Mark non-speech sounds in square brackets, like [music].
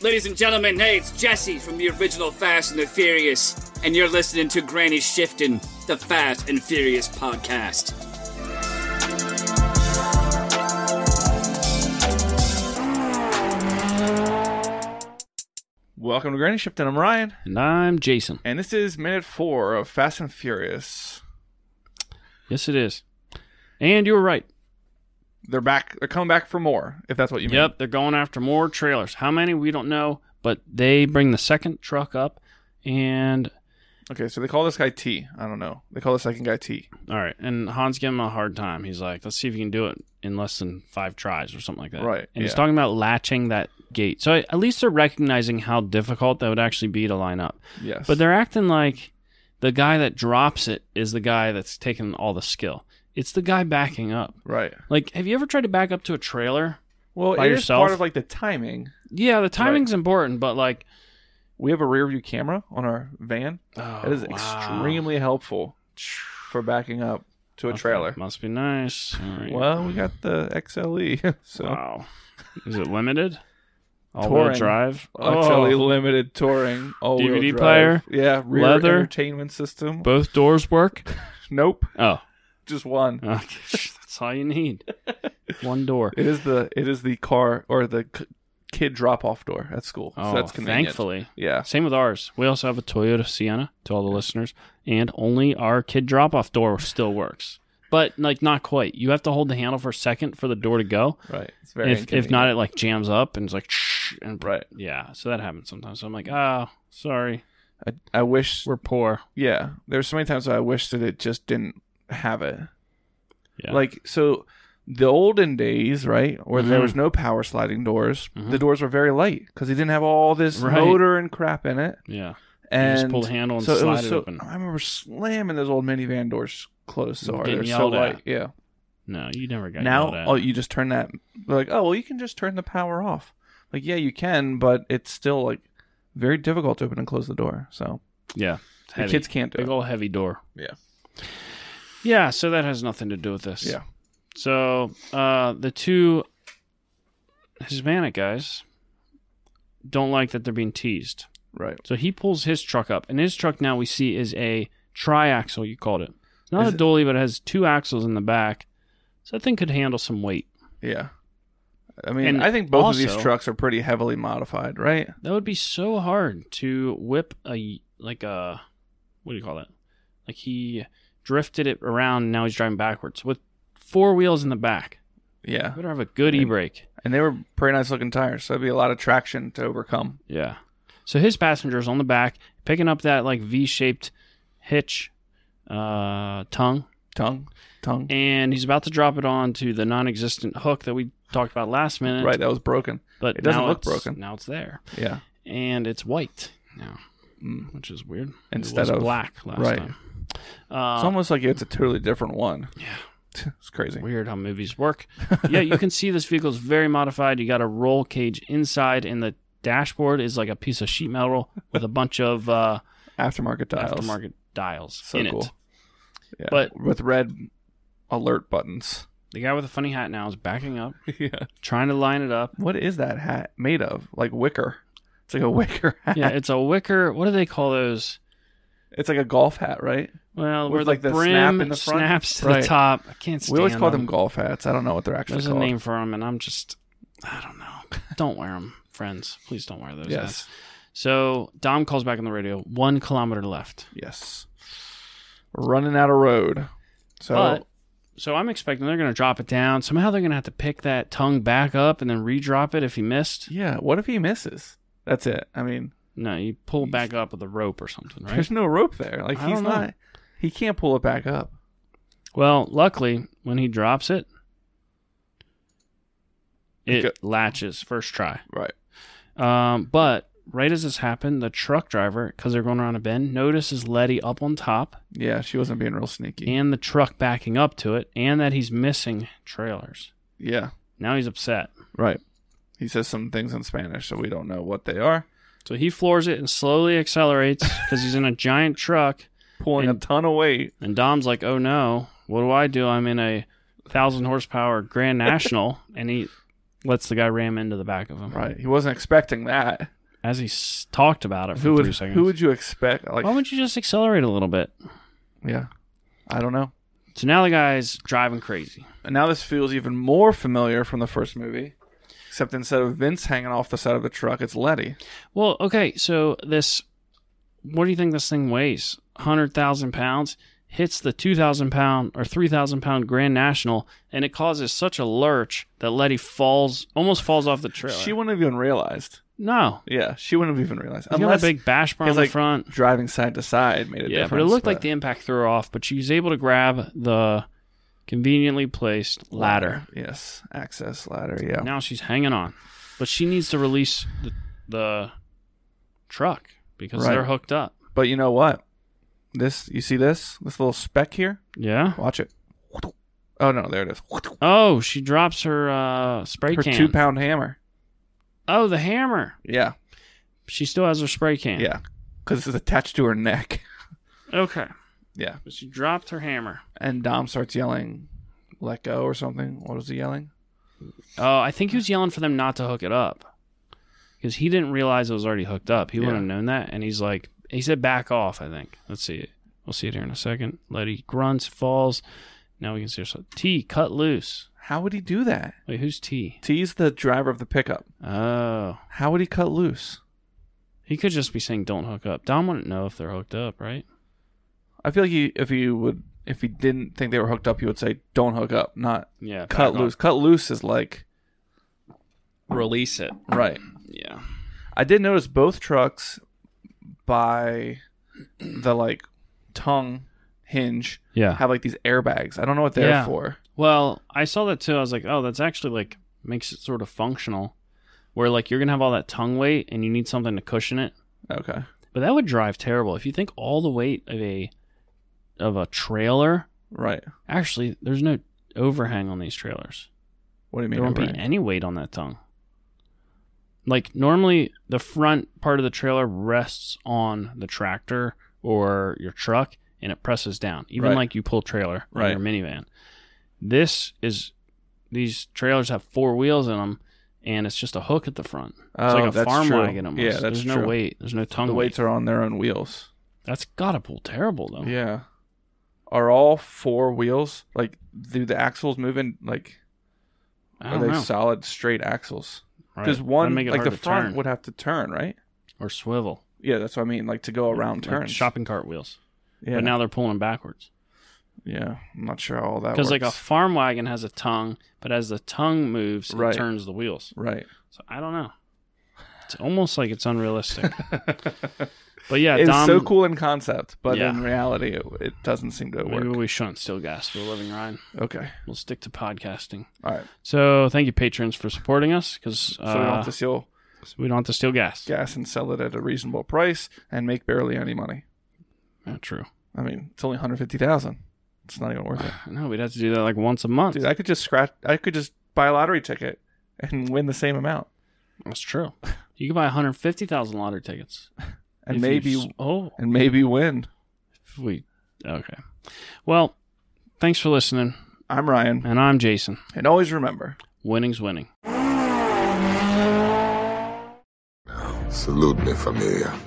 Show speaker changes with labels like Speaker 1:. Speaker 1: Ladies and gentlemen, hey, it's Jesse from the original Fast and the Furious, and you're listening to Granny Shifting, the Fast and Furious podcast.
Speaker 2: Welcome to Granny Shift, and I'm Ryan,
Speaker 3: And I'm Jason.
Speaker 2: and this is minute four of Fast and Furious.
Speaker 3: Yes, it is. And you were right.
Speaker 2: They're back. They're coming back for more, if that's what you mean.
Speaker 3: Yep, they're going after more trailers. How many? We don't know, but they bring the second truck up. And,
Speaker 2: Okay, so they call this guy T. I don't know. They call the second guy T.
Speaker 3: all right, and Han's giving him a hard time. He's like, let's see if you can do it in less than five tries or something like that.
Speaker 2: Right,
Speaker 3: And he's
Speaker 2: yeah.
Speaker 3: talking about latching that gate. So at least they're recognizing how difficult that would actually be to line up.
Speaker 2: Yes.
Speaker 3: But they're acting like the guy that drops it is the guy that's taking all the skill. It's the guy backing up.
Speaker 2: right.
Speaker 3: Like, have you ever tried to back up to a trailer?
Speaker 2: Well,
Speaker 3: By
Speaker 2: it is
Speaker 3: yourself?
Speaker 2: part of like the timing.
Speaker 3: Yeah, the timing's important, but like
Speaker 2: We have a rear view camera on our van.
Speaker 3: oh,
Speaker 2: that is
Speaker 3: wow.
Speaker 2: extremely helpful for backing up to a
Speaker 3: Okay,
Speaker 2: trailer.
Speaker 3: Must be nice. All right.
Speaker 2: Well, we got the XLE, [laughs] so
Speaker 3: Wow. Is it limited? All-wheel
Speaker 2: Touring.
Speaker 3: drive.
Speaker 2: XLE
Speaker 3: Oh,
Speaker 2: E limited touring, all-wheel
Speaker 3: DVD
Speaker 2: drive.
Speaker 3: player?
Speaker 2: yeah, rear
Speaker 3: Leather?
Speaker 2: entertainment system.
Speaker 3: both doors work.
Speaker 2: nope,
Speaker 3: Oh,
Speaker 2: just one.
Speaker 3: okay. [laughs] that's all you
Speaker 2: [laughs]
Speaker 3: need. One door.
Speaker 2: It is the it is the car or the k- kid drop off door at school.
Speaker 3: Oh,
Speaker 2: so that's convenient.
Speaker 3: thankfully.
Speaker 2: yeah.
Speaker 3: Same with ours. We also have a Toyota Sienna to all the listeners, and only our kid drop-off door still works. But like not quite. You have to hold the handle for a second for the door to go.
Speaker 2: Right. It's very
Speaker 3: if if not, it like jams up and it's like shh, and
Speaker 2: Right.
Speaker 3: Yeah, so that happens sometimes. So I'm like, oh, sorry,
Speaker 2: inconvenient. I, I wish.
Speaker 3: we're poor.
Speaker 2: Yeah, there's so many times I wish that it just didn't have it.
Speaker 3: Yeah.
Speaker 2: Like so, the olden days, right, where there
Speaker 3: Mhm.
Speaker 2: was no power sliding doors, the
Speaker 3: Mhm.
Speaker 2: doors were very light because they didn't have all this
Speaker 3: Right.
Speaker 2: motor and crap in it.
Speaker 3: Yeah,
Speaker 2: And
Speaker 3: you just pull the handle and
Speaker 2: so it
Speaker 3: slide
Speaker 2: was
Speaker 3: it,
Speaker 2: so.
Speaker 3: open.
Speaker 2: I remember slamming those old minivan doors closed so hard.
Speaker 3: Getting
Speaker 2: They're so
Speaker 3: yelled
Speaker 2: light.
Speaker 3: at.
Speaker 2: Yeah.
Speaker 3: No, you never got yelled
Speaker 2: now
Speaker 3: at.
Speaker 2: oh you just turn that they're like oh well you can just turn the power off like yeah you can but it's still like very difficult to open and close the door so
Speaker 3: yeah, it's
Speaker 2: the
Speaker 3: heavy.
Speaker 2: kids can't do
Speaker 3: big
Speaker 2: it
Speaker 3: old heavy door.
Speaker 2: Yeah.
Speaker 3: Yeah, so that has nothing to do with this.
Speaker 2: Yeah.
Speaker 3: So uh, the two Hispanic guys don't like that they're being teased.
Speaker 2: right
Speaker 3: So he pulls his truck up, and his truck now we see is a triaxle. You called it, not
Speaker 2: Is
Speaker 3: a
Speaker 2: it-
Speaker 3: dolly, but it has two axles in the back, so that thing could handle some weight.
Speaker 2: yeah i mean
Speaker 3: And
Speaker 2: i think both of these
Speaker 3: also-
Speaker 2: trucks are pretty heavily modified right
Speaker 3: That would be so hard to whip a like a what do you call that? Like he drifted it around. And now he's driving backwards with four wheels in the back.
Speaker 2: yeah
Speaker 3: You better have a good e brake.
Speaker 2: and they were pretty nice looking tires so it'd be a lot of traction to overcome
Speaker 3: Yeah. So his passenger's on the back picking up that like V shaped hitch uh, tongue,
Speaker 2: tongue tongue
Speaker 3: and he's about to drop it onto the non-existent hook that we talked about last minute.
Speaker 2: right that was broken
Speaker 3: But
Speaker 2: It doesn't
Speaker 3: now
Speaker 2: look
Speaker 3: it's-
Speaker 2: broken.
Speaker 3: Now it's there,
Speaker 2: yeah
Speaker 3: and it's white now,
Speaker 2: Mm.
Speaker 3: which is weird.
Speaker 2: Instead
Speaker 3: it was
Speaker 2: of-
Speaker 3: black last
Speaker 2: right.
Speaker 3: time.
Speaker 2: it's
Speaker 3: Uh,
Speaker 2: almost like it's a totally different one yeah [laughs] it's crazy
Speaker 3: Weird how movies work. yeah, you can see this vehicle is very modified. You got a roll cage inside, and the dashboard is like a piece of sheet metal with a bunch of uh,
Speaker 2: aftermarket dials
Speaker 3: aftermarket dials
Speaker 2: so
Speaker 3: in
Speaker 2: cool
Speaker 3: it.
Speaker 2: yeah
Speaker 3: But-
Speaker 2: with red
Speaker 3: [laughs]
Speaker 2: alert buttons
Speaker 3: The guy with the funny hat now is backing up,
Speaker 2: yeah
Speaker 3: trying to line it up.
Speaker 2: what is that hat made of? Like wicker. It's like a wicker hat.
Speaker 3: Yeah, it's a wicker. What do they call those?
Speaker 2: It's like a golf hat, right?
Speaker 3: Well,
Speaker 2: With,
Speaker 3: where
Speaker 2: like, the
Speaker 3: the
Speaker 2: snap
Speaker 3: brim
Speaker 2: in the front?
Speaker 3: snaps to
Speaker 2: Right.
Speaker 3: the top. I can't stand
Speaker 2: we always call
Speaker 3: them
Speaker 2: them golf hats. I don't know what they're actually
Speaker 3: There's
Speaker 2: called.
Speaker 3: a name for them, and I'm just, I don't know. Don't wear them, friends. Please don't wear those. hats.
Speaker 2: Yes.
Speaker 3: So Dom calls back on the radio. One kilometer left.
Speaker 2: Yes. Running out of road. So
Speaker 3: But so I'm expecting they're going to drop it down. Somehow they're going to have to pick that tongue back up and then re-drop it if he missed.
Speaker 2: yeah, what if he misses? That's it. I mean,
Speaker 3: No, you pull back up with a rope or something,
Speaker 2: [laughs]
Speaker 3: right?
Speaker 2: there's no rope there. Like
Speaker 3: I
Speaker 2: he's
Speaker 3: don't know.
Speaker 2: not he can't pull it back up.
Speaker 3: Well, luckily when he drops it, it
Speaker 2: Okay.
Speaker 3: latches first try.
Speaker 2: Right.
Speaker 3: Um, but right as this happened, the truck driver, because they're going around a bend, notices Letty up on top.
Speaker 2: Yeah, she wasn't being real sneaky.
Speaker 3: and the truck backing up to it, and that he's missing trailers.
Speaker 2: yeah.
Speaker 3: Now he's upset.
Speaker 2: Right. He says some things in Spanish, so we don't know what they are.
Speaker 3: So he floors it and slowly accelerates because he's in a giant truck.
Speaker 2: Pulling a
Speaker 3: And-
Speaker 2: ton of weight.
Speaker 3: And Dom's like, oh no, what do I do? I'm in a thousand horsepower Grand National. and he lets the guy ram into the back of him.
Speaker 2: Right. He wasn't expecting that.
Speaker 3: As he s- talked about it for
Speaker 2: Who would
Speaker 3: three seconds.
Speaker 2: who would you expect? Like
Speaker 3: Why wouldn't you just accelerate a little bit?
Speaker 2: yeah. I don't know.
Speaker 3: So now the guy's driving crazy.
Speaker 2: And now this feels even more familiar from the first movie. Except instead of Vince hanging off the side of the truck, it's Letty.
Speaker 3: Well, okay, so this, what do you think this thing weighs? 100,000 pounds, hits the 2,000 pound or 3,000 pound Grand National, and it causes such a lurch that Letty falls, almost falls off the trailer.
Speaker 2: She wouldn't have even realized.
Speaker 3: no.
Speaker 2: Yeah, she wouldn't have even realized.
Speaker 3: He's got a
Speaker 2: Unless
Speaker 3: big bash bar
Speaker 2: he's
Speaker 3: on the
Speaker 2: like-
Speaker 3: front.
Speaker 2: driving side to side made a
Speaker 3: Yeah,
Speaker 2: difference.
Speaker 3: but it looked like the impact threw her off, but she was able to grab the conveniently placed ladder.
Speaker 2: Yes, access ladder. Yeah.
Speaker 3: Now she's hanging on, but she needs to release the, the truck because
Speaker 2: Right.
Speaker 3: they're hooked up.
Speaker 2: But you know what? This you see this this little speck here.
Speaker 3: Yeah.
Speaker 2: Watch it. Oh no, there it is.
Speaker 3: Oh, she drops her uh, spray
Speaker 2: Her
Speaker 3: can.
Speaker 2: two pound hammer.
Speaker 3: oh, the hammer.
Speaker 2: Yeah,
Speaker 3: She still has her spray can.
Speaker 2: yeah, because it's attached to her neck. [laughs]
Speaker 3: Okay.
Speaker 2: Yeah,
Speaker 3: But she dropped her hammer.
Speaker 2: and Dom starts yelling, "Let go" or something. What was he yelling?
Speaker 3: Oh, I think he was yelling for them not to hook it up because he didn't realize it was already hooked up. He
Speaker 2: Yeah.
Speaker 3: wouldn't have known that. And he's like, he said, back off, I think. Let's see it. We'll see it here in a second. Letty grunts, falls. Now we can see her. so- T, cut loose.
Speaker 2: How would he do that?
Speaker 3: Wait, who's T?
Speaker 2: T's the driver of the pickup.
Speaker 3: Oh.
Speaker 2: How would he cut loose?
Speaker 3: He could just be saying, don't hook up. Dom wouldn't know if they're hooked up, right?
Speaker 2: I feel like he, if he would, if he didn't think they were hooked up, he would say, "Don't hook up," not
Speaker 3: Yeah.
Speaker 2: cut
Speaker 3: back off.
Speaker 2: loose. Cut loose is like
Speaker 3: Release it.
Speaker 2: right.
Speaker 3: Yeah.
Speaker 2: I did notice both trucks by the like tongue hinge
Speaker 3: Yeah.
Speaker 2: have like these airbags. I don't know what they're
Speaker 3: Yeah.
Speaker 2: for.
Speaker 3: Well, I saw that too. I was like, oh, that's actually like makes it sort of functional, where like you're gonna have all that tongue weight and you need something to cushion it.
Speaker 2: Okay.
Speaker 3: But that would drive terrible if you think all the weight of a of a trailer.
Speaker 2: Right.
Speaker 3: Actually, there's no overhang on these trailers.
Speaker 2: What do you mean?
Speaker 3: There won't
Speaker 2: overhang?
Speaker 3: be any weight on that tongue. Like normally, the front part of the trailer rests on the tractor or your truck, and it presses down. Even
Speaker 2: Right.
Speaker 3: like you pull trailer or
Speaker 2: Right.
Speaker 3: your minivan. This is these trailers have four wheels in them, and it's just a hook at the front. It's
Speaker 2: Oh,
Speaker 3: like a
Speaker 2: that's
Speaker 3: farm
Speaker 2: true.
Speaker 3: wagon almost.
Speaker 2: Yeah, that's
Speaker 3: There's no
Speaker 2: true.
Speaker 3: weight. There's no tongue
Speaker 2: The
Speaker 3: weight.
Speaker 2: weights are on their own wheels.
Speaker 3: That's gotta pull terrible though.
Speaker 2: Yeah. Are all four wheels like do the axles move in like
Speaker 3: I
Speaker 2: are
Speaker 3: don't
Speaker 2: they
Speaker 3: know.
Speaker 2: solid straight axles?
Speaker 3: Right.
Speaker 2: Because
Speaker 3: That'd
Speaker 2: one
Speaker 3: make it
Speaker 2: like
Speaker 3: hard
Speaker 2: the
Speaker 3: to
Speaker 2: front
Speaker 3: turn.
Speaker 2: would have to turn, right?
Speaker 3: or swivel
Speaker 2: Yeah, that's what I mean. Like to go around
Speaker 3: like
Speaker 2: turns.
Speaker 3: shopping cart wheels.
Speaker 2: yeah.
Speaker 3: But now they're pulling backwards.
Speaker 2: yeah. I'm not sure how all that
Speaker 3: because like
Speaker 2: works.
Speaker 3: a farm wagon has a tongue, but as the tongue moves,
Speaker 2: Right.
Speaker 3: it turns the wheels.
Speaker 2: right.
Speaker 3: So I don't know. It's almost like it's
Speaker 2: [laughs]
Speaker 3: unrealistic. but yeah,
Speaker 2: it's
Speaker 3: Dom,
Speaker 2: so cool in concept, but
Speaker 3: Yeah.
Speaker 2: in reality, it, it doesn't seem to work.
Speaker 3: Maybe we shouldn't still gas for a living, Ryan.
Speaker 2: Okay,
Speaker 3: We'll stick to podcasting.
Speaker 2: all right.
Speaker 3: So thank you, patrons, for supporting us because
Speaker 2: So we don't have to steal
Speaker 3: we don't have to steal gas.
Speaker 2: gas and sell it at a reasonable price and make barely any money.
Speaker 3: Yeah, true.
Speaker 2: I mean, it's only one hundred fifty thousand. It's not even worth it,
Speaker 3: No, we'd have to do that like once a month.
Speaker 2: dude. I could just scratch. I could just buy a lottery ticket and win the same amount,
Speaker 3: That's true. You could buy 150,000 lottery tickets.
Speaker 2: and
Speaker 3: If you
Speaker 2: maybe
Speaker 3: s- oh,
Speaker 2: and maybe win.
Speaker 3: if we okay. Well, thanks for listening,
Speaker 2: I'm Ryan,
Speaker 3: and I'm Jason.
Speaker 2: and always remember.
Speaker 3: Winning's winning.
Speaker 4: Salute me, familia.